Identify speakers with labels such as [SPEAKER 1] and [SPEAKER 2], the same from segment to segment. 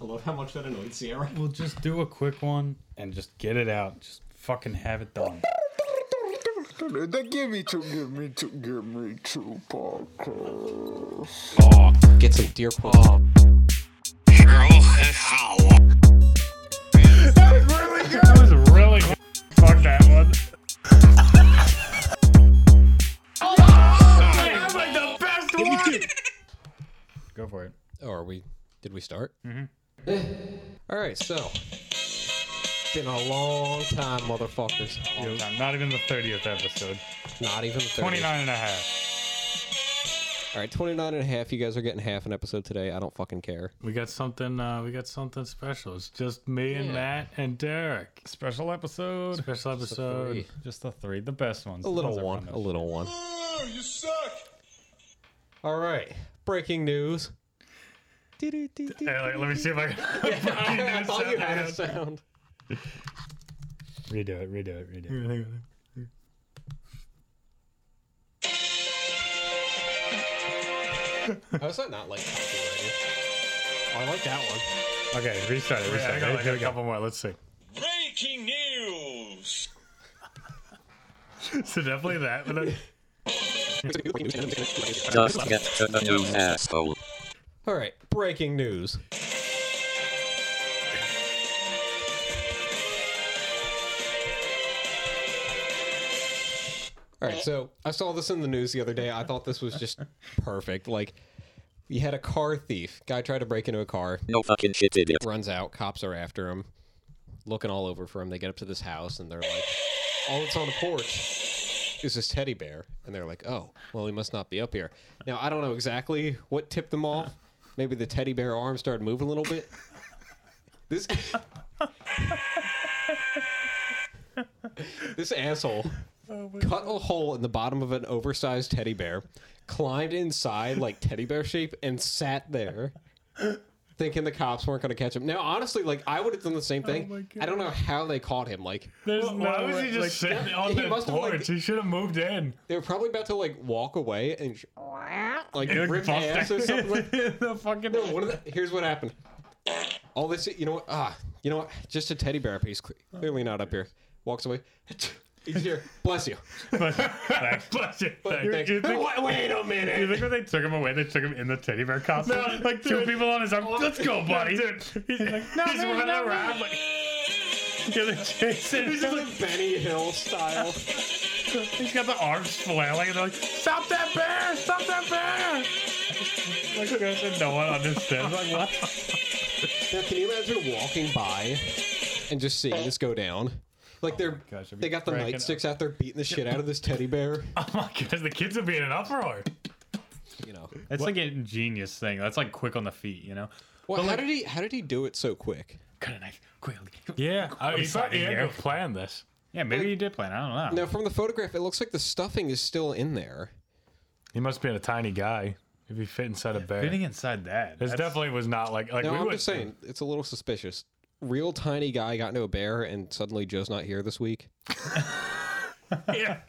[SPEAKER 1] love how much that annoyed Sierra.
[SPEAKER 2] We'll just do a quick one and just get it out. Just fucking have it done.
[SPEAKER 3] Give me two, give me two, give me two podcast.
[SPEAKER 1] Get some deer paw.
[SPEAKER 2] That was really good. Fuck that one. Go for it.
[SPEAKER 1] Oh, are we? Did we start? Mm-hmm. All right, so been a long time, motherfuckers.
[SPEAKER 2] Not even the 30th episode.
[SPEAKER 1] Not even 30.
[SPEAKER 2] 29 and a half.
[SPEAKER 1] All right, 29 and a half. You guys are getting half an episode today. I don't fucking care.
[SPEAKER 4] We got something. Uh, we got something special. It's just me and
[SPEAKER 1] Yeah.
[SPEAKER 4] Matt and Derek.
[SPEAKER 2] Special episode.
[SPEAKER 4] Special episode.
[SPEAKER 1] three.
[SPEAKER 2] Just the three, the best ones.
[SPEAKER 1] A little one. A little one. All right, breaking news. Doo-doo-doo-doo.
[SPEAKER 2] let me see if I
[SPEAKER 1] I thought you had a sound.
[SPEAKER 2] redo it. Redo it. Redo it.
[SPEAKER 1] How's that not like copyrighted? Oh, I like that one.
[SPEAKER 2] Okay, restart it. Restart
[SPEAKER 4] I
[SPEAKER 2] it.
[SPEAKER 4] got, I
[SPEAKER 2] Here
[SPEAKER 4] got a
[SPEAKER 2] we go.
[SPEAKER 4] couple more. Let's see.
[SPEAKER 5] Breaking news!
[SPEAKER 4] So definitely that. But then-
[SPEAKER 6] Just get to the news, asshole.
[SPEAKER 1] All right, breaking news. All right, so I saw this in the news the other day. I thought this was just perfect. Like, you had a car thief. Guy tried to break into a car,
[SPEAKER 6] No fucking shit, idiot.
[SPEAKER 1] runs out, cops are after him, looking all over for him. They get up to this house and they're like, all that's on the porch is this teddy bear. And they're like, oh, well, he must not be up here. Now, I don't know exactly what tipped them off. Maybe the teddy bear arm started moving a little bit. This. this asshole cut a hole in the bottom of an oversized teddy bear, climbed inside like teddy bear shape, and sat there thinking the cops weren't going to catch him. Now, honestly, like I would have done the same thing. I don't know how they caught him. Like
[SPEAKER 4] There's
[SPEAKER 2] Well,
[SPEAKER 4] no
[SPEAKER 2] why was he
[SPEAKER 4] way-
[SPEAKER 2] just
[SPEAKER 4] like,
[SPEAKER 2] sitting
[SPEAKER 1] on
[SPEAKER 4] he
[SPEAKER 1] the
[SPEAKER 4] must have, like-
[SPEAKER 1] porch?
[SPEAKER 4] he should have moved in.
[SPEAKER 1] they were probably about to like walk away and sh- like
[SPEAKER 4] He, like,
[SPEAKER 1] rip
[SPEAKER 4] bust
[SPEAKER 1] ass or
[SPEAKER 4] out-
[SPEAKER 1] something. Like,
[SPEAKER 4] the fucking.
[SPEAKER 1] no, one of the, here's what happened. All this, you know what? Ah, you know what? Just a teddy bear up here. He's cle- clearly not up here. Walks away. He's here. Bless you.
[SPEAKER 4] Bless you.
[SPEAKER 1] Thanks.
[SPEAKER 4] You- you think-
[SPEAKER 1] wait, wait a minute.
[SPEAKER 2] You think when they took him away, they took him in the teddy bear costume?
[SPEAKER 4] No,
[SPEAKER 2] like two
[SPEAKER 4] dude.
[SPEAKER 2] people on his arm. Let's go, buddy.
[SPEAKER 4] dude.
[SPEAKER 2] He's like, no,
[SPEAKER 4] He's
[SPEAKER 2] no,
[SPEAKER 4] running
[SPEAKER 2] no,
[SPEAKER 4] around
[SPEAKER 2] no.
[SPEAKER 4] like. You're the Jason.
[SPEAKER 1] He's like Benny Hill style.
[SPEAKER 2] He's got the arms flailing, and they're like, "Stop that bear! Stop that bear!" like, gosh, and no one understands. Like, what?
[SPEAKER 1] Now, can you imagine walking by and just seeing this go down? Like they're
[SPEAKER 2] gosh, I'd be
[SPEAKER 1] they got the
[SPEAKER 2] cracking
[SPEAKER 1] nightsticks out there beating the shit out of this teddy bear.
[SPEAKER 4] Oh my gosh, the kids would be in an uproar.
[SPEAKER 1] You know,
[SPEAKER 2] That's like an ingenious thing. That's like quick on the feet, you know?
[SPEAKER 1] well, how did he how did he do it so quick?
[SPEAKER 2] Cut a knife quickly.
[SPEAKER 4] Yeah, Oh, I he probably
[SPEAKER 2] sliding
[SPEAKER 4] had
[SPEAKER 2] here.
[SPEAKER 4] to plan this.
[SPEAKER 2] Yeah, maybe you did plan. I don't know.
[SPEAKER 1] Now, from the photograph, it looks like the stuffing is still in there.
[SPEAKER 4] He must be a tiny guy if he fit inside a bear.
[SPEAKER 2] Fitting inside that.
[SPEAKER 4] This
[SPEAKER 2] that's-
[SPEAKER 4] definitely was not like like
[SPEAKER 1] No,
[SPEAKER 4] we
[SPEAKER 1] I'm
[SPEAKER 4] would,
[SPEAKER 1] just saying it's a little suspicious. Real tiny guy got into a bear, and suddenly Joe's not here this week.
[SPEAKER 4] yeah,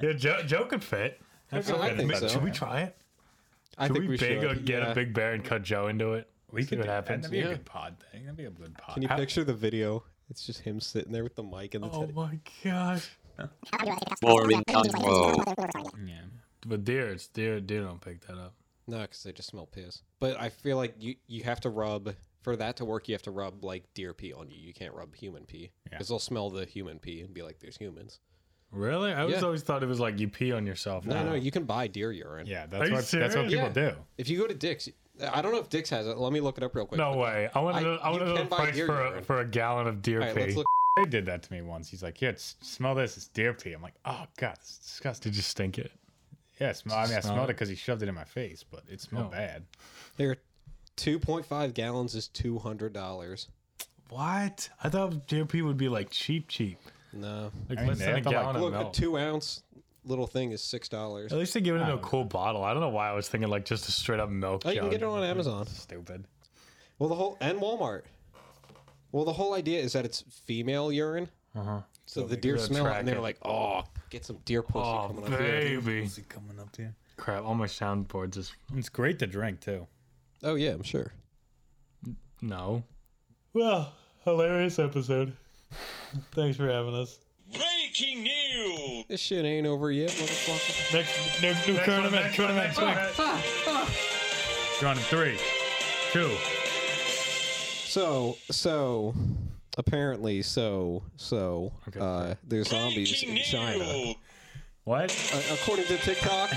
[SPEAKER 4] yeah. Joe, Joe could fit.
[SPEAKER 1] I
[SPEAKER 4] Wait a
[SPEAKER 1] think
[SPEAKER 4] minute,
[SPEAKER 1] so.
[SPEAKER 4] Should we try it?
[SPEAKER 1] I
[SPEAKER 4] Should
[SPEAKER 1] think
[SPEAKER 4] we,
[SPEAKER 1] we
[SPEAKER 4] big uh,
[SPEAKER 1] should.
[SPEAKER 4] get
[SPEAKER 1] yeah.
[SPEAKER 4] a big bear and cut Joe into it?
[SPEAKER 2] We
[SPEAKER 4] See
[SPEAKER 2] could
[SPEAKER 4] what
[SPEAKER 2] do that.
[SPEAKER 4] happens.
[SPEAKER 2] That'd be
[SPEAKER 1] Yeah.
[SPEAKER 2] a good pod thing. That'd be a good pod.
[SPEAKER 1] Can you picture the video? It's just him sitting there with the mic and the
[SPEAKER 4] Oh
[SPEAKER 1] teddy.
[SPEAKER 4] my gosh!
[SPEAKER 6] Boring convo.
[SPEAKER 2] yeah.
[SPEAKER 4] But deer, it's deer. Deer don't pick that up.
[SPEAKER 1] No, because they just smell piss. But I feel like you you have to rub for that to work. You have to rub like deer pee on you. You can't rub human pee because they'll smell the human pee and be like, "There's humans."
[SPEAKER 4] Really? I always
[SPEAKER 1] Yeah.
[SPEAKER 4] always thought it was like you pee on yourself.
[SPEAKER 1] No,
[SPEAKER 4] now.
[SPEAKER 1] no, you can buy deer urine.
[SPEAKER 2] Yeah,
[SPEAKER 4] Are
[SPEAKER 2] that's
[SPEAKER 4] you
[SPEAKER 2] what that's what
[SPEAKER 4] serious?
[SPEAKER 2] people
[SPEAKER 1] Yeah.
[SPEAKER 2] do.
[SPEAKER 1] If you go to Dick's, I don't know if Dick's has it. Let me look it up real quick.
[SPEAKER 4] No way. I want
[SPEAKER 1] I-
[SPEAKER 4] to. know- I
[SPEAKER 1] you
[SPEAKER 4] want to know
[SPEAKER 1] can
[SPEAKER 4] the
[SPEAKER 1] buy
[SPEAKER 4] price
[SPEAKER 1] deer
[SPEAKER 4] for a,
[SPEAKER 1] urine.
[SPEAKER 4] for a gallon of deer
[SPEAKER 1] All right,
[SPEAKER 4] pee.
[SPEAKER 1] let's look.
[SPEAKER 2] They did that to me once. He's like, "Here, s- smell this. It's deer pee." I'm like, "Oh god, it's disgusting."
[SPEAKER 4] Did you stink it?
[SPEAKER 2] Yeah, smell, I mean, I
[SPEAKER 4] Smell
[SPEAKER 2] smelled
[SPEAKER 4] it.
[SPEAKER 2] it because he shoved it in my face, but it smelled
[SPEAKER 4] No.
[SPEAKER 2] bad.
[SPEAKER 1] There, two point five gallons is two hundred dollars.
[SPEAKER 4] What? I thought deer pee would be like cheap, cheap.
[SPEAKER 1] No,
[SPEAKER 4] Like
[SPEAKER 2] I mean,
[SPEAKER 4] less than
[SPEAKER 2] they
[SPEAKER 4] a
[SPEAKER 2] have to, like,
[SPEAKER 4] gallon of
[SPEAKER 1] look, a
[SPEAKER 4] milk.
[SPEAKER 1] two ounce little thing is six dollars.
[SPEAKER 4] At least they give it in a cool bottle. I don't know why I was thinking like just a straight up milk.
[SPEAKER 1] Oh, You can
[SPEAKER 4] jug.
[SPEAKER 1] get it on Amazon.
[SPEAKER 2] Stupid.
[SPEAKER 1] Well, the whole and Walmart. Well, the whole idea is that it's female urine. Uh-huh. So, the deer
[SPEAKER 4] gotta
[SPEAKER 1] smell it, and
[SPEAKER 4] track
[SPEAKER 1] they're
[SPEAKER 4] it.
[SPEAKER 1] like, "Oh, get some deer pussy
[SPEAKER 4] Oh,
[SPEAKER 1] coming up here."
[SPEAKER 4] baby.
[SPEAKER 2] it coming up to you?
[SPEAKER 4] Crap, all my soundboards is.
[SPEAKER 2] It's great to drink too.
[SPEAKER 1] Oh yeah, I'm sure.
[SPEAKER 4] No.
[SPEAKER 2] Well, hilarious episode. Thanks for having us.
[SPEAKER 5] Breaking news!
[SPEAKER 1] This shit ain't over yet, motherfucker.
[SPEAKER 2] Next, next new tournament, tournament, tournament. John, in three, two.
[SPEAKER 1] So, so, apparently, so, so,
[SPEAKER 4] Okay.
[SPEAKER 1] uh, there's zombies
[SPEAKER 5] Breaking
[SPEAKER 1] in China.
[SPEAKER 5] news!
[SPEAKER 2] What?
[SPEAKER 1] Uh, according to TikTok,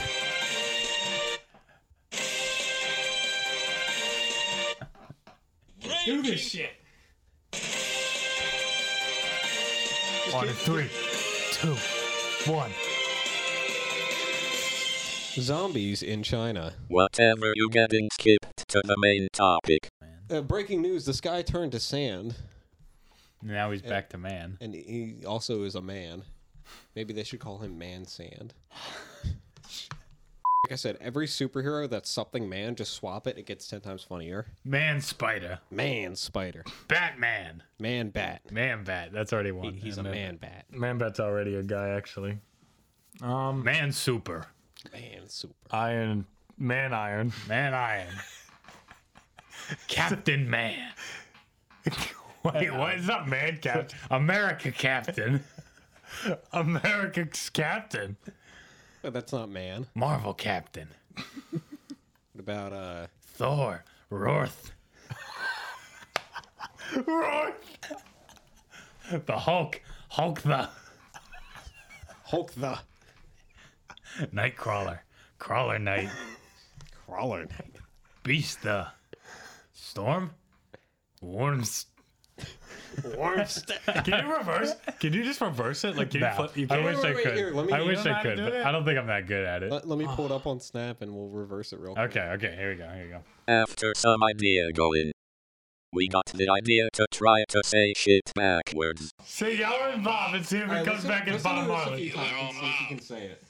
[SPEAKER 5] Breaking
[SPEAKER 2] shit.
[SPEAKER 1] just
[SPEAKER 4] On in three, two, one.
[SPEAKER 1] keep- zombies in China.
[SPEAKER 6] Whatever you getting skipped to the main topic.
[SPEAKER 1] Uh, breaking news: the sky turned to sand,
[SPEAKER 2] Now he's back to man.
[SPEAKER 1] and he also is a man. Maybe they should call him Man Sand. like I said, every superhero that's something man, just swap it. It gets ten times funnier.
[SPEAKER 4] Man spider.
[SPEAKER 1] Man Spider,
[SPEAKER 4] Batman.
[SPEAKER 1] Man Bat.
[SPEAKER 4] Man bat. That's already
[SPEAKER 1] He-
[SPEAKER 4] one.
[SPEAKER 1] he's a
[SPEAKER 4] And then-
[SPEAKER 1] man bat.
[SPEAKER 4] Man bat's already a guy actually. Um Man super.
[SPEAKER 1] Man super. Uh,
[SPEAKER 4] Iron Man Iron.
[SPEAKER 2] Man, I am. Captain Man.
[SPEAKER 4] Wait, what? It's not Man Captain.
[SPEAKER 2] America Captain.
[SPEAKER 4] America's Captain.
[SPEAKER 1] But that's not man.
[SPEAKER 2] Marvel Captain.
[SPEAKER 1] What about uh
[SPEAKER 2] Thor. Rorth. Rorth. The Hulk. Hulk the
[SPEAKER 1] Hulk the
[SPEAKER 2] Nightcrawler. Crawler Knight.
[SPEAKER 1] Crawler Knight?
[SPEAKER 2] Beast the Storm. Worms.
[SPEAKER 4] Can you reverse? Can you just reverse it? Like can you, flip, you
[SPEAKER 2] I
[SPEAKER 4] can't
[SPEAKER 2] wish
[SPEAKER 1] wait,
[SPEAKER 2] I
[SPEAKER 1] wait,
[SPEAKER 2] could.
[SPEAKER 1] here, let me-
[SPEAKER 2] I
[SPEAKER 1] you
[SPEAKER 2] wish
[SPEAKER 4] know
[SPEAKER 2] I
[SPEAKER 4] how to
[SPEAKER 2] could,
[SPEAKER 4] do
[SPEAKER 2] but
[SPEAKER 4] that?
[SPEAKER 2] I don't think I'm that good at it.
[SPEAKER 1] Let, let me pull it up on Snap and we'll reverse it real quick.
[SPEAKER 2] Okay, okay, here we go, here we go.
[SPEAKER 6] After some idea going. We got the idea to try to say shit backwards.
[SPEAKER 4] See y'all and Bob and see if it
[SPEAKER 1] All right,
[SPEAKER 4] comes
[SPEAKER 1] listen-
[SPEAKER 4] back in
[SPEAKER 1] listen to
[SPEAKER 4] Bob
[SPEAKER 1] this a
[SPEAKER 4] Marley.
[SPEAKER 1] few times and see if you can say it.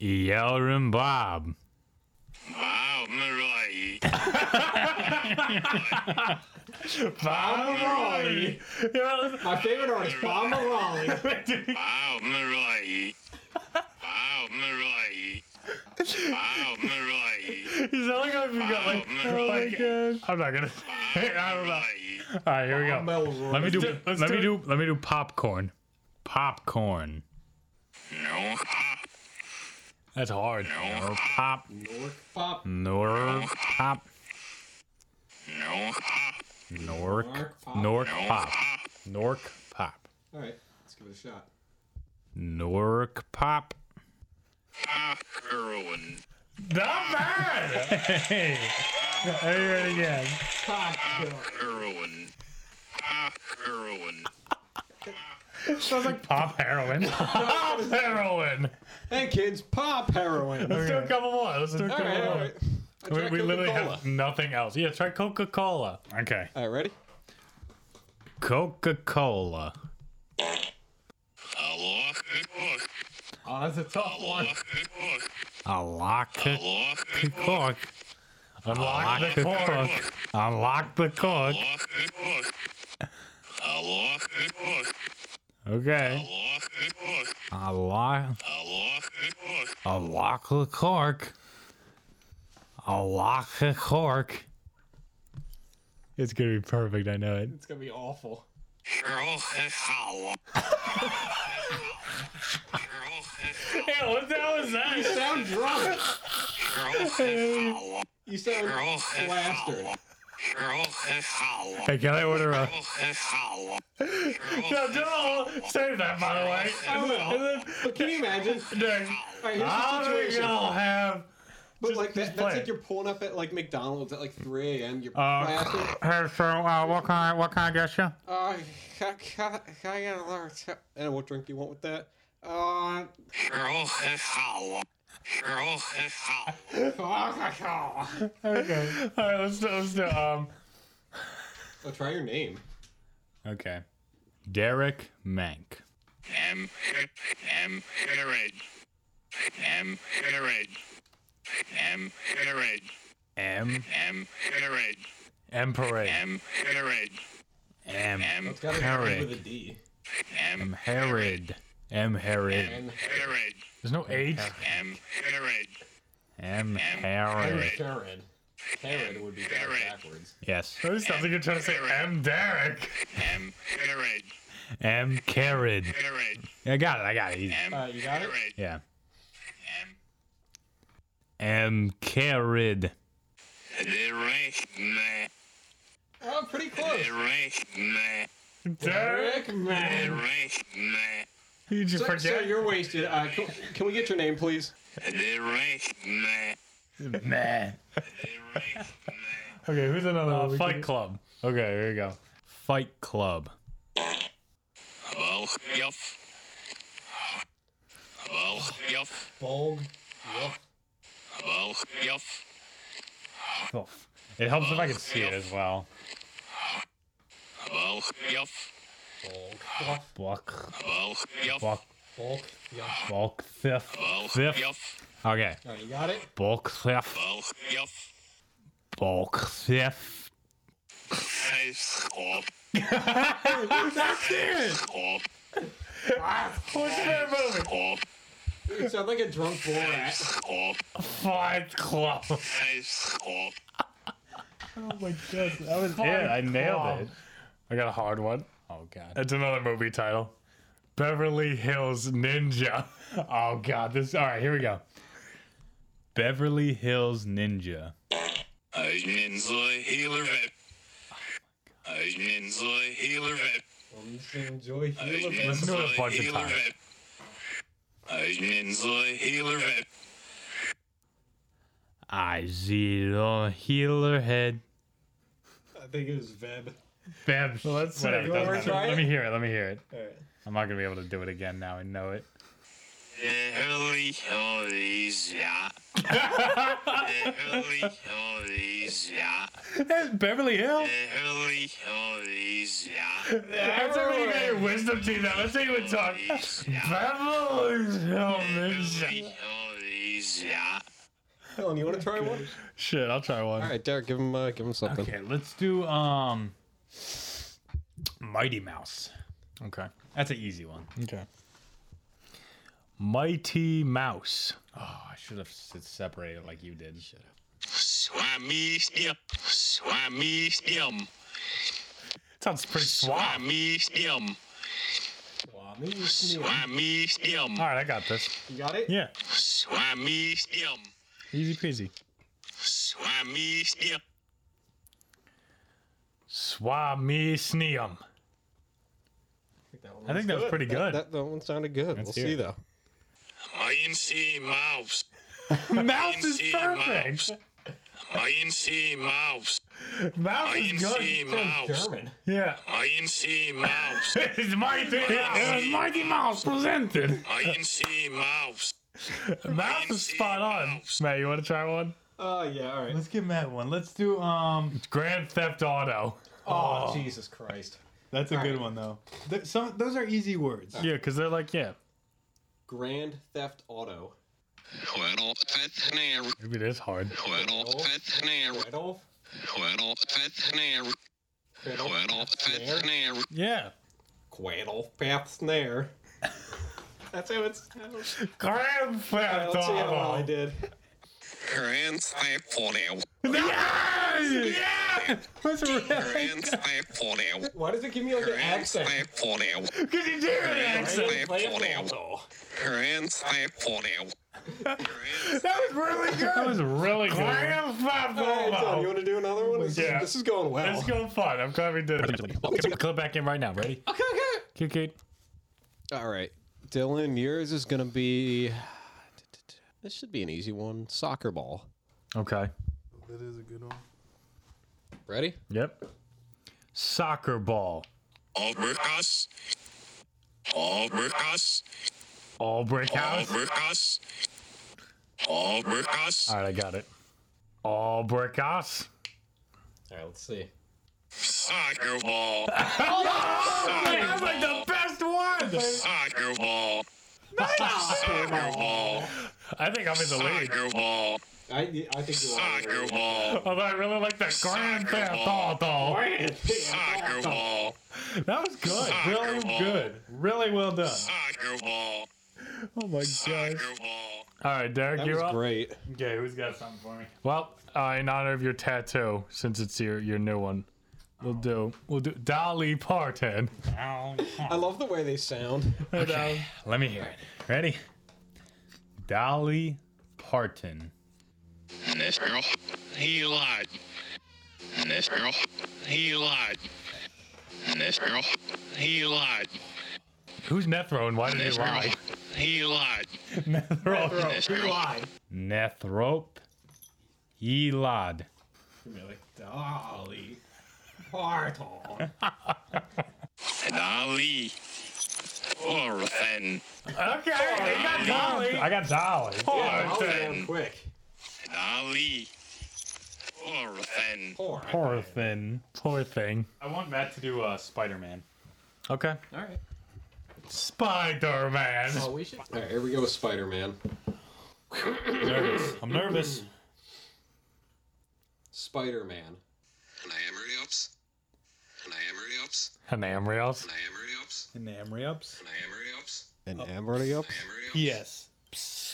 [SPEAKER 4] Yellerin Bob.
[SPEAKER 5] Wow, Marai.
[SPEAKER 4] Bob Marley.
[SPEAKER 1] My favorite artist, Bob Marley.
[SPEAKER 5] Wow, Marai. Wow, Marai. Wow, Marai.
[SPEAKER 4] He's not like I've got like,
[SPEAKER 5] Oh my
[SPEAKER 4] like uh, I'm not gonna. I don't know.
[SPEAKER 2] All right, here we go. Let me do.
[SPEAKER 4] do- let's
[SPEAKER 2] let
[SPEAKER 4] do
[SPEAKER 2] me
[SPEAKER 4] it.
[SPEAKER 2] do. Let me do popcorn. Popcorn.
[SPEAKER 5] No,
[SPEAKER 4] That's hard. No pop.
[SPEAKER 1] Pop,
[SPEAKER 4] Nor pop.
[SPEAKER 5] no.
[SPEAKER 4] Nork. Nork pop. Nork pop.
[SPEAKER 1] All right, let's give it a shot.
[SPEAKER 4] Nork pop.
[SPEAKER 5] Heroin.
[SPEAKER 4] Not bad. hey. I hear it again.
[SPEAKER 5] Heroin. Heroin.
[SPEAKER 4] Sounds like pop heroin. pop heroin.
[SPEAKER 1] Hey kids, pop heroin.
[SPEAKER 4] Let's do a couple more. Let's do a
[SPEAKER 1] All
[SPEAKER 4] couple
[SPEAKER 1] right, all
[SPEAKER 4] more.
[SPEAKER 1] right. I
[SPEAKER 4] We,
[SPEAKER 1] tried
[SPEAKER 4] we literally
[SPEAKER 1] Coca-Cola.
[SPEAKER 4] have nothing else. Yeah, try Coca Cola. Okay.
[SPEAKER 1] All right, ready?
[SPEAKER 4] Coca Cola.
[SPEAKER 5] Hello.
[SPEAKER 4] Oh, that's a tough one. A lock cook. Unlock the cook. Unlock the cook. Okay. Unlock. Unlock the cork. Unlock the cork. It's gonna be perfect. I know it.
[SPEAKER 1] It's gonna be awful.
[SPEAKER 4] Hey, what the hell is
[SPEAKER 1] You
[SPEAKER 4] that?
[SPEAKER 1] sound drunk. You sound plastered.
[SPEAKER 4] Hey, can I order a? No, don't save that. By the way,
[SPEAKER 1] I will. But can you imagine?
[SPEAKER 4] Dude,
[SPEAKER 1] All right, here's
[SPEAKER 4] I
[SPEAKER 1] the
[SPEAKER 4] think
[SPEAKER 1] situation.
[SPEAKER 4] I'll have
[SPEAKER 1] But like that, that's
[SPEAKER 4] play
[SPEAKER 1] like
[SPEAKER 4] it.
[SPEAKER 1] you're pulling up at like McDonald's at like 3 a.m. You're
[SPEAKER 4] Uh,
[SPEAKER 1] plastered.
[SPEAKER 4] Hey, so uh, what can I what can I get you?
[SPEAKER 1] Uh, can, can, can I get a large? te- And what drink do you want with that? Uh, Coca-Cola.
[SPEAKER 4] Okay. All right, let's do let's do um.
[SPEAKER 1] Oh, try your name.
[SPEAKER 4] Okay. Derek Mank.
[SPEAKER 5] Am am Herod. Am Herod. Am Herod.
[SPEAKER 4] M.
[SPEAKER 5] Am Herod.
[SPEAKER 4] M Parade.
[SPEAKER 5] Am Herod.
[SPEAKER 4] M.
[SPEAKER 5] Am
[SPEAKER 1] It's gotta be something with a D.
[SPEAKER 4] M Herod. M Herod.
[SPEAKER 1] And
[SPEAKER 5] Herod.
[SPEAKER 4] There's no H.
[SPEAKER 5] Am Herod.
[SPEAKER 4] M Herod.
[SPEAKER 1] Jared. Herod would be bad backwards.
[SPEAKER 4] Yes.
[SPEAKER 2] That sounds like you're trying to say M. Derek.
[SPEAKER 5] M. Herod.
[SPEAKER 4] M. Carrid.
[SPEAKER 5] Herod.
[SPEAKER 4] I got it. I got it. Easy.
[SPEAKER 5] M.
[SPEAKER 1] Uh, you got it?
[SPEAKER 5] Herod.
[SPEAKER 4] Yeah.
[SPEAKER 5] M.
[SPEAKER 4] M. Carrid.
[SPEAKER 5] Derek. Meh.
[SPEAKER 1] Oh, pretty close.
[SPEAKER 5] Derek. Meh.
[SPEAKER 2] Derek.
[SPEAKER 1] Derek, man.
[SPEAKER 5] Derek. Meh.
[SPEAKER 2] Did you
[SPEAKER 1] Sir, sir,
[SPEAKER 2] forget?
[SPEAKER 1] you're wasted. Uh, can, can we get your name, please?
[SPEAKER 5] Derek. Meh.
[SPEAKER 4] Man.
[SPEAKER 5] Derek. Meh.
[SPEAKER 2] Okay, who's another
[SPEAKER 4] Uh,
[SPEAKER 2] one? we
[SPEAKER 4] Fight
[SPEAKER 2] can-
[SPEAKER 4] Club.
[SPEAKER 2] Okay, here we go.
[SPEAKER 4] Fight Club.
[SPEAKER 5] Balkjaf. Balkjaf.
[SPEAKER 1] Bulg.
[SPEAKER 5] Balkjaf.
[SPEAKER 2] Oh, It helps if I can see it as well.
[SPEAKER 5] Balkjaf.
[SPEAKER 1] Bulg.
[SPEAKER 4] Block.
[SPEAKER 5] Balkjaf.
[SPEAKER 4] Block.
[SPEAKER 1] Bulg. Yeah.
[SPEAKER 4] Bulk fifth.
[SPEAKER 5] Balkjaf.
[SPEAKER 4] Okay.
[SPEAKER 1] All right, you got it?
[SPEAKER 4] Bulk fifth.
[SPEAKER 5] Balkjaf.
[SPEAKER 4] Bulk fifth.
[SPEAKER 5] Schop.
[SPEAKER 2] That's it!
[SPEAKER 5] Schop.
[SPEAKER 2] What's that movie?
[SPEAKER 5] Schop.
[SPEAKER 1] You sound like a drunk Borat.
[SPEAKER 5] Schop.
[SPEAKER 2] Fight Club.
[SPEAKER 5] Schop.
[SPEAKER 4] Oh my god. That was
[SPEAKER 2] Fight Club.
[SPEAKER 4] I got a hard one. Oh god.
[SPEAKER 2] That's another movie title. Beverly Hills Ninja.
[SPEAKER 4] Oh god. This. All right. Here we go. Beverly Hills Ninja.
[SPEAKER 5] I've been so healer vip. I've been so healer vip.
[SPEAKER 1] I'm just gonna enjoy
[SPEAKER 5] I've
[SPEAKER 1] healing.
[SPEAKER 5] been so
[SPEAKER 4] to it a bunch of
[SPEAKER 5] healer
[SPEAKER 4] times.
[SPEAKER 5] vip. I've been so healer vip.
[SPEAKER 4] I zero healer head.
[SPEAKER 1] I think it was Veb.
[SPEAKER 4] Bam.
[SPEAKER 2] let's see.
[SPEAKER 4] Whatever, doesn't
[SPEAKER 2] You
[SPEAKER 1] wanna
[SPEAKER 4] matter.
[SPEAKER 1] try it?
[SPEAKER 4] Let me hear it. Let me hear it.
[SPEAKER 1] All right.
[SPEAKER 4] I'm not gonna be able to do it again now. I know it.
[SPEAKER 5] The holy holies, yeah. The holy holies, yeah.
[SPEAKER 4] Beverly Hills.
[SPEAKER 5] The holy holies, yeah.
[SPEAKER 2] That's how you got your wisdom teeth out. Let's see what talk.
[SPEAKER 5] Holies, yeah.
[SPEAKER 2] Beverly Hills
[SPEAKER 5] Holy
[SPEAKER 2] Ninja.
[SPEAKER 5] holies, yeah.
[SPEAKER 1] Helen, you want to try one?
[SPEAKER 2] Shit, I'll try one.
[SPEAKER 1] All right, Derek, give him, uh, give him something.
[SPEAKER 4] Okay, let's do um Mighty Mouse.
[SPEAKER 2] Okay.
[SPEAKER 4] That's an easy one.
[SPEAKER 2] Okay.
[SPEAKER 4] Mighty Mouse. Oh, I should have s- separated like you did.
[SPEAKER 5] Swami stem. Swami stem.
[SPEAKER 4] Sounds pretty suave.
[SPEAKER 5] Swami stem. Swami stem.
[SPEAKER 4] All right, I got this.
[SPEAKER 1] You got it?
[SPEAKER 4] Yeah,
[SPEAKER 5] Swami stem.
[SPEAKER 4] easy peasy.
[SPEAKER 5] Swami stem.
[SPEAKER 4] Swami Sneum. I think that was pretty good.
[SPEAKER 1] That, that one sounded good.
[SPEAKER 4] Let's hear
[SPEAKER 1] we'll see,
[SPEAKER 4] it.
[SPEAKER 1] though.
[SPEAKER 5] INC mouse.
[SPEAKER 4] Mouse is
[SPEAKER 5] INC
[SPEAKER 4] perfect.
[SPEAKER 5] mouse. INC mouse.
[SPEAKER 4] Mouse is good.
[SPEAKER 5] INC mouse.
[SPEAKER 4] Yeah.
[SPEAKER 5] INC mouse.
[SPEAKER 4] It's Mighty Mouse. Mighty Mouse presented.
[SPEAKER 5] INC mouse.
[SPEAKER 4] Mouse is spot on.
[SPEAKER 5] Mouse.
[SPEAKER 4] Matt, you want to try one?
[SPEAKER 1] Oh, yeah, all right.
[SPEAKER 4] Let's give Matt one. Let's do um Grand Theft Auto.
[SPEAKER 1] Oh, Jesus Christ.
[SPEAKER 4] That's a good one though. Th- some those are easy words. Yeah, because they're like yeah.
[SPEAKER 1] Grand Theft Auto.
[SPEAKER 5] Little fifth nair.
[SPEAKER 4] Maybe it is hard.
[SPEAKER 5] Little fifth nair.
[SPEAKER 1] Riddle?
[SPEAKER 5] Little fifth nair.
[SPEAKER 1] Riddle?
[SPEAKER 5] Little fifth nair.
[SPEAKER 4] Yeah.
[SPEAKER 1] Quaddle Path Snare. That's how it's. Let's see
[SPEAKER 4] Grand Theft
[SPEAKER 1] how well I
[SPEAKER 4] Auto.
[SPEAKER 1] did.
[SPEAKER 5] Grand theft auto.
[SPEAKER 4] Yeah. That's right.
[SPEAKER 5] Grand theft auto.
[SPEAKER 1] Why does it give me like an
[SPEAKER 5] Grand
[SPEAKER 1] accent?
[SPEAKER 5] theft auto.
[SPEAKER 4] Could you do it?
[SPEAKER 1] Grand
[SPEAKER 5] Grand theft auto.
[SPEAKER 1] Auto.
[SPEAKER 5] Grand theft auto. Grand
[SPEAKER 4] That was really good. That was really good. Grand Theft
[SPEAKER 1] All right, Tom, you
[SPEAKER 4] Auto.
[SPEAKER 1] want to do another one? This,
[SPEAKER 4] Yeah.
[SPEAKER 1] is, this is going well.
[SPEAKER 4] It's going fun. I'm glad we did it. Clip back in right now. Ready?
[SPEAKER 1] Okay, okay.
[SPEAKER 4] Cute, cute.
[SPEAKER 1] All right, Dylan, yours is gonna be. This should be an easy one. Soccer ball.
[SPEAKER 4] Okay.
[SPEAKER 1] Ready?
[SPEAKER 4] Yep. Soccer ball.
[SPEAKER 5] Overcast. Overcast.
[SPEAKER 4] All brick house.
[SPEAKER 5] Overcast. Overcast.
[SPEAKER 4] All right, I got it. All brick house.
[SPEAKER 1] All right, let's see.
[SPEAKER 5] Soccer ball.
[SPEAKER 4] That was like the best one.
[SPEAKER 5] Soccer ball. Soccer ball.
[SPEAKER 4] I think I'm in the lead.
[SPEAKER 5] Soccer ball.
[SPEAKER 1] I, I think you are.
[SPEAKER 5] Soccer ball.
[SPEAKER 4] Although I really like that Grand Theft Auto.
[SPEAKER 5] Soccer ball.
[SPEAKER 4] That was good. Really good. Really well done.
[SPEAKER 5] Soccer ball.
[SPEAKER 4] Oh my god.
[SPEAKER 5] Soccer ball.
[SPEAKER 2] All right, Derek,
[SPEAKER 1] That
[SPEAKER 2] you're
[SPEAKER 1] was
[SPEAKER 2] up.
[SPEAKER 1] great.
[SPEAKER 4] Okay, who's got something for me?
[SPEAKER 2] Well, uh, in honor of your tattoo, since it's your your new one, we'll do we'll do Dolly Parton.
[SPEAKER 1] I love the way they sound.
[SPEAKER 4] Let me hear it. Ready? Dolly Parton.
[SPEAKER 5] And this girl, he lied. And this girl, he lied. And this girl, he lied.
[SPEAKER 2] Who's Nethro and why did
[SPEAKER 5] This
[SPEAKER 2] he
[SPEAKER 5] girl,
[SPEAKER 2] lie?
[SPEAKER 5] he lied.
[SPEAKER 4] Nethrope.
[SPEAKER 5] This girl,
[SPEAKER 4] Nethrope. Elad.
[SPEAKER 1] Dolly Parton.
[SPEAKER 5] and Ali. Or then,
[SPEAKER 2] Okay, you got Dolly.
[SPEAKER 4] I got Dolly.
[SPEAKER 5] Oh,
[SPEAKER 1] Parton. Quick.
[SPEAKER 5] and Ali. Or then,
[SPEAKER 1] Porn.
[SPEAKER 4] Porthin.
[SPEAKER 2] Poor thing.
[SPEAKER 4] I want Matt to do uh, Spider Man.
[SPEAKER 2] Okay.
[SPEAKER 1] All right.
[SPEAKER 2] Spider Man.
[SPEAKER 1] Oh, we should. All right, here we go with Spider Man.
[SPEAKER 4] Nervous. I'm nervous.
[SPEAKER 1] Spider Man.
[SPEAKER 7] And I am Reops. And I am Reops.
[SPEAKER 2] And Amriels.
[SPEAKER 7] And I am Reops.
[SPEAKER 4] And Amory ups.
[SPEAKER 7] And I am Reops.
[SPEAKER 1] And Amory ups.
[SPEAKER 7] And I am Reops.
[SPEAKER 4] Yes.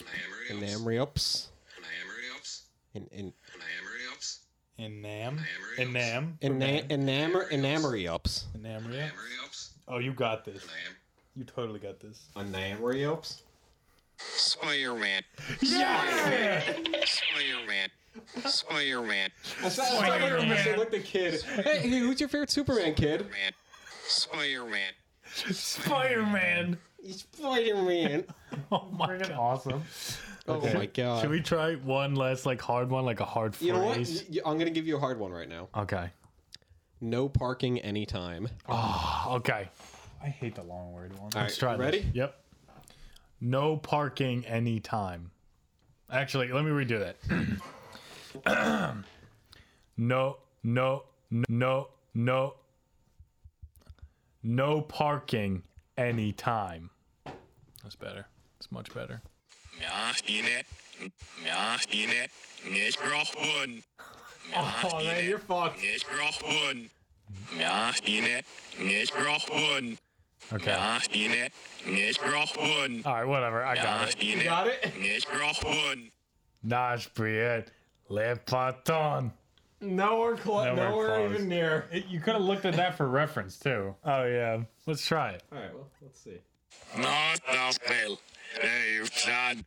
[SPEAKER 7] And I am
[SPEAKER 1] And
[SPEAKER 7] Reops.
[SPEAKER 1] Amory ups.
[SPEAKER 7] And I am Reops.
[SPEAKER 1] And and
[SPEAKER 7] And I am Reops.
[SPEAKER 4] And Nam.
[SPEAKER 7] Amory
[SPEAKER 4] And Nam.
[SPEAKER 1] and enamor enamory ups.
[SPEAKER 4] And Amory
[SPEAKER 7] I am Reops.
[SPEAKER 4] Oh, you got this.
[SPEAKER 7] And I am.
[SPEAKER 4] You totally got this.
[SPEAKER 1] Enamory ups.
[SPEAKER 7] Spider Man. Spider Man. Spider Man.
[SPEAKER 1] Spider Man. So like the kid. Hey, hey, who's your favorite Superman kid?
[SPEAKER 7] Man. Spider Man.
[SPEAKER 2] Spider Man.
[SPEAKER 1] Spider Man.
[SPEAKER 2] Oh my god. Awesome.
[SPEAKER 1] Oh my god.
[SPEAKER 2] Should we try one last like hard one, like a hard phrase?
[SPEAKER 1] you know what? Y- y- I'm gonna give you a hard one right now.
[SPEAKER 2] Okay.
[SPEAKER 1] No parking anytime.
[SPEAKER 2] Okay.
[SPEAKER 4] I hate the long word one.
[SPEAKER 1] All right,
[SPEAKER 2] Let's try this.
[SPEAKER 1] ready?
[SPEAKER 2] Yep. No parking anytime. Actually, let me redo that. no, no, no, no, no parking anytime. That's better. It's much better.
[SPEAKER 5] ja, Ine. Ja, Ine. Nicht rochen.
[SPEAKER 2] Oh man, you're fucked.
[SPEAKER 5] Nicht rochen. Ja, Ine. Nicht rochen.
[SPEAKER 2] Okay.
[SPEAKER 5] Ja, Ine. Nicht rochen.
[SPEAKER 2] All right, whatever. I
[SPEAKER 5] Ja,
[SPEAKER 2] got it.
[SPEAKER 5] Ine.
[SPEAKER 1] Got it?
[SPEAKER 5] Nicht rochen.
[SPEAKER 2] Nage Briette, Le Paton.
[SPEAKER 1] Nowhere, clo-
[SPEAKER 4] Nowhere close.
[SPEAKER 1] near.
[SPEAKER 4] You could have looked at that for reference too.
[SPEAKER 2] Oh yeah. Let's try it.
[SPEAKER 1] All right, well, let's see.
[SPEAKER 5] Not das Bill. Hey, you've done.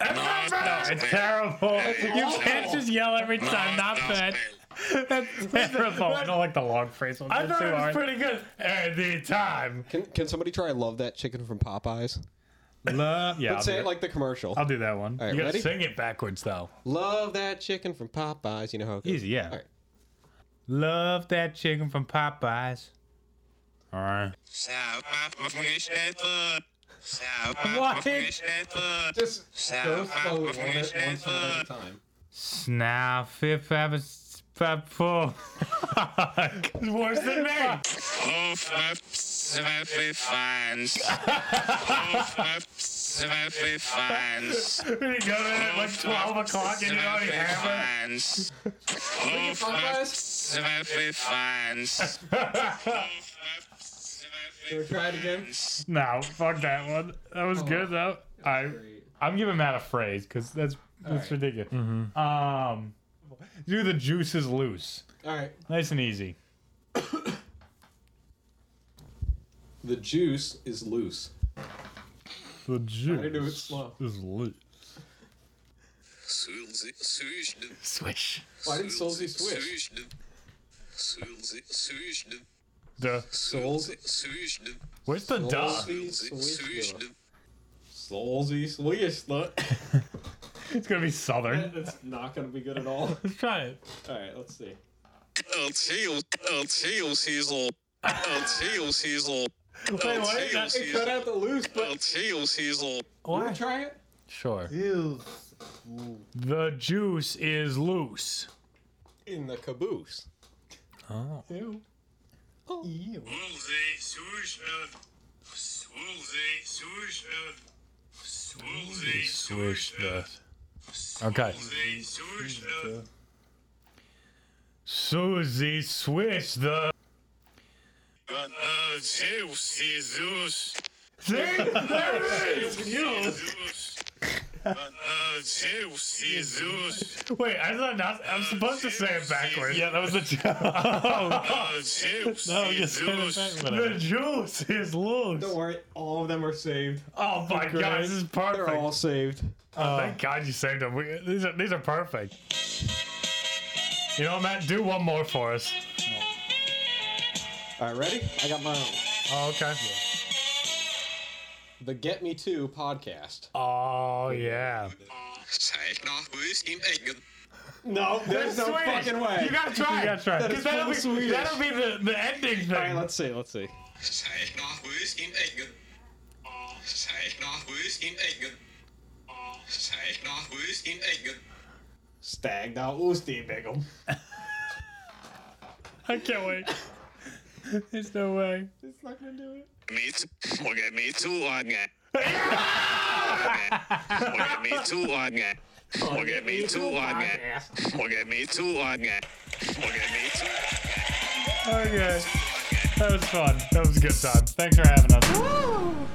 [SPEAKER 5] Not das
[SPEAKER 4] It's
[SPEAKER 5] Bill.
[SPEAKER 4] terrible. You can't just yell every time. Not
[SPEAKER 5] das
[SPEAKER 4] that.
[SPEAKER 5] Bill.
[SPEAKER 4] That's terrible. I don't like the long phrase ones.
[SPEAKER 2] I
[SPEAKER 4] They're
[SPEAKER 2] thought
[SPEAKER 4] too
[SPEAKER 2] it was
[SPEAKER 4] hard.
[SPEAKER 2] pretty good. Anytime.
[SPEAKER 1] Can Can somebody try "Love That Chicken" from Popeyes?
[SPEAKER 4] Love. Uh, Yeah. I'll
[SPEAKER 1] Say
[SPEAKER 4] do
[SPEAKER 1] it
[SPEAKER 4] it.
[SPEAKER 1] like the commercial.
[SPEAKER 4] I'll do that one.
[SPEAKER 1] All right,
[SPEAKER 2] You gotta
[SPEAKER 1] ready?
[SPEAKER 2] sing it backwards though.
[SPEAKER 1] Love that chicken from Popeyes. You know how it goes.
[SPEAKER 4] Easy, yeah.
[SPEAKER 1] All right.
[SPEAKER 4] Love that chicken from Popeyes. All right.
[SPEAKER 5] Sag mal, was mir geschneit wird. Sag
[SPEAKER 4] What?
[SPEAKER 5] mal, was mir geschneit wird.
[SPEAKER 1] Just
[SPEAKER 5] Sag mal, was mir geschneit wird.
[SPEAKER 1] time.
[SPEAKER 4] Snuff fifth four.
[SPEAKER 2] It's worse than me.
[SPEAKER 5] Auf auf zwei viel Fans. Auf auf zwei viel Fans.
[SPEAKER 2] You go in at like 12 o'clock and you're
[SPEAKER 5] Zwei
[SPEAKER 2] already
[SPEAKER 5] viel
[SPEAKER 2] hammered.
[SPEAKER 5] Fans. Auf auf zwei viel Fans. Auf auf zwei viel
[SPEAKER 1] Try it again.
[SPEAKER 5] Fans.
[SPEAKER 2] No, fuck that one. That
[SPEAKER 1] Oh,
[SPEAKER 2] was good though. I,
[SPEAKER 4] I'm giving Matt a phrase because that's that's ridiculous. Um, do the juice is loose.
[SPEAKER 1] All right.
[SPEAKER 4] Nice and easy.
[SPEAKER 1] The juice is loose.
[SPEAKER 4] The
[SPEAKER 1] I do it
[SPEAKER 4] juice
[SPEAKER 1] slow.
[SPEAKER 4] is loose.
[SPEAKER 7] Sulzi. Sujde.
[SPEAKER 2] swish.
[SPEAKER 1] Why did Solzy switch?
[SPEAKER 7] Sujde. Sulzi. Sujde.
[SPEAKER 2] The,
[SPEAKER 1] Solzy
[SPEAKER 7] Sujde.
[SPEAKER 2] where's the duh?
[SPEAKER 1] switch.
[SPEAKER 7] Sujde.
[SPEAKER 1] Solzy switch. Look,
[SPEAKER 4] It's gonna be southern.
[SPEAKER 1] that's not gonna be good at all.
[SPEAKER 2] Let's try it.
[SPEAKER 1] All right, let's see.
[SPEAKER 7] Erzähl. Erzähl, Siesel. Erzähl, Siesel.
[SPEAKER 2] Wait, what?
[SPEAKER 1] It
[SPEAKER 2] That-
[SPEAKER 7] Erzähl,
[SPEAKER 1] cut
[SPEAKER 7] Siesel.
[SPEAKER 1] out the loose, but
[SPEAKER 7] Erzähl, Siesel.
[SPEAKER 1] wanna try it?
[SPEAKER 2] Sure. The juice is loose.
[SPEAKER 1] In the caboose.
[SPEAKER 5] Swulsey Zustand. Swulsey Zustand. Swulsey
[SPEAKER 4] Swish
[SPEAKER 5] Zustand.
[SPEAKER 2] Okay.
[SPEAKER 5] Swulsey Zustand.
[SPEAKER 4] Susie swish the.
[SPEAKER 5] Erzähl, Sisus.
[SPEAKER 4] See? There it is!
[SPEAKER 5] Jesus. Uh, uh, Jesus.
[SPEAKER 4] Wait, I thought not. I'm supposed to say it backwards.
[SPEAKER 2] Yeah, that was a joke.
[SPEAKER 5] Uh, Jesus.
[SPEAKER 2] no, you said it back.
[SPEAKER 4] The
[SPEAKER 2] Whatever.
[SPEAKER 4] juice is loose.
[SPEAKER 1] Don't worry, all of them are saved.
[SPEAKER 4] Oh my god, this is perfect.
[SPEAKER 1] They're all saved.
[SPEAKER 4] Oh, thank God you saved them. We, these are these are perfect. You know, Matt, do one more for us.
[SPEAKER 1] All right, ready? I got my own.
[SPEAKER 4] Oh, okay.
[SPEAKER 1] The Get Me Two podcast.
[SPEAKER 4] Oh yeah.
[SPEAKER 7] Segna hus im egen.
[SPEAKER 1] No, there's no
[SPEAKER 4] Swedish.
[SPEAKER 1] fucking way.
[SPEAKER 4] You gotta try. You gotta try.
[SPEAKER 1] That
[SPEAKER 4] Because
[SPEAKER 1] is
[SPEAKER 4] that'll,
[SPEAKER 1] full
[SPEAKER 4] be,
[SPEAKER 1] Swedish.
[SPEAKER 4] that'll be the, the ending thing.
[SPEAKER 1] All right, let's see. Let's see.
[SPEAKER 7] Segna hus im egen. Segna hus im egen. Segna hus im egen.
[SPEAKER 1] Stag now, Usti Begum.
[SPEAKER 4] I can't wait. There's no way.
[SPEAKER 1] It's not gonna do it.
[SPEAKER 5] Me too. Look at me too, again. Look at me too, again. Look at me too, again. Look at me too, again. Look at me too.
[SPEAKER 4] Okay. That was fun. That was a good time. Thanks for having us.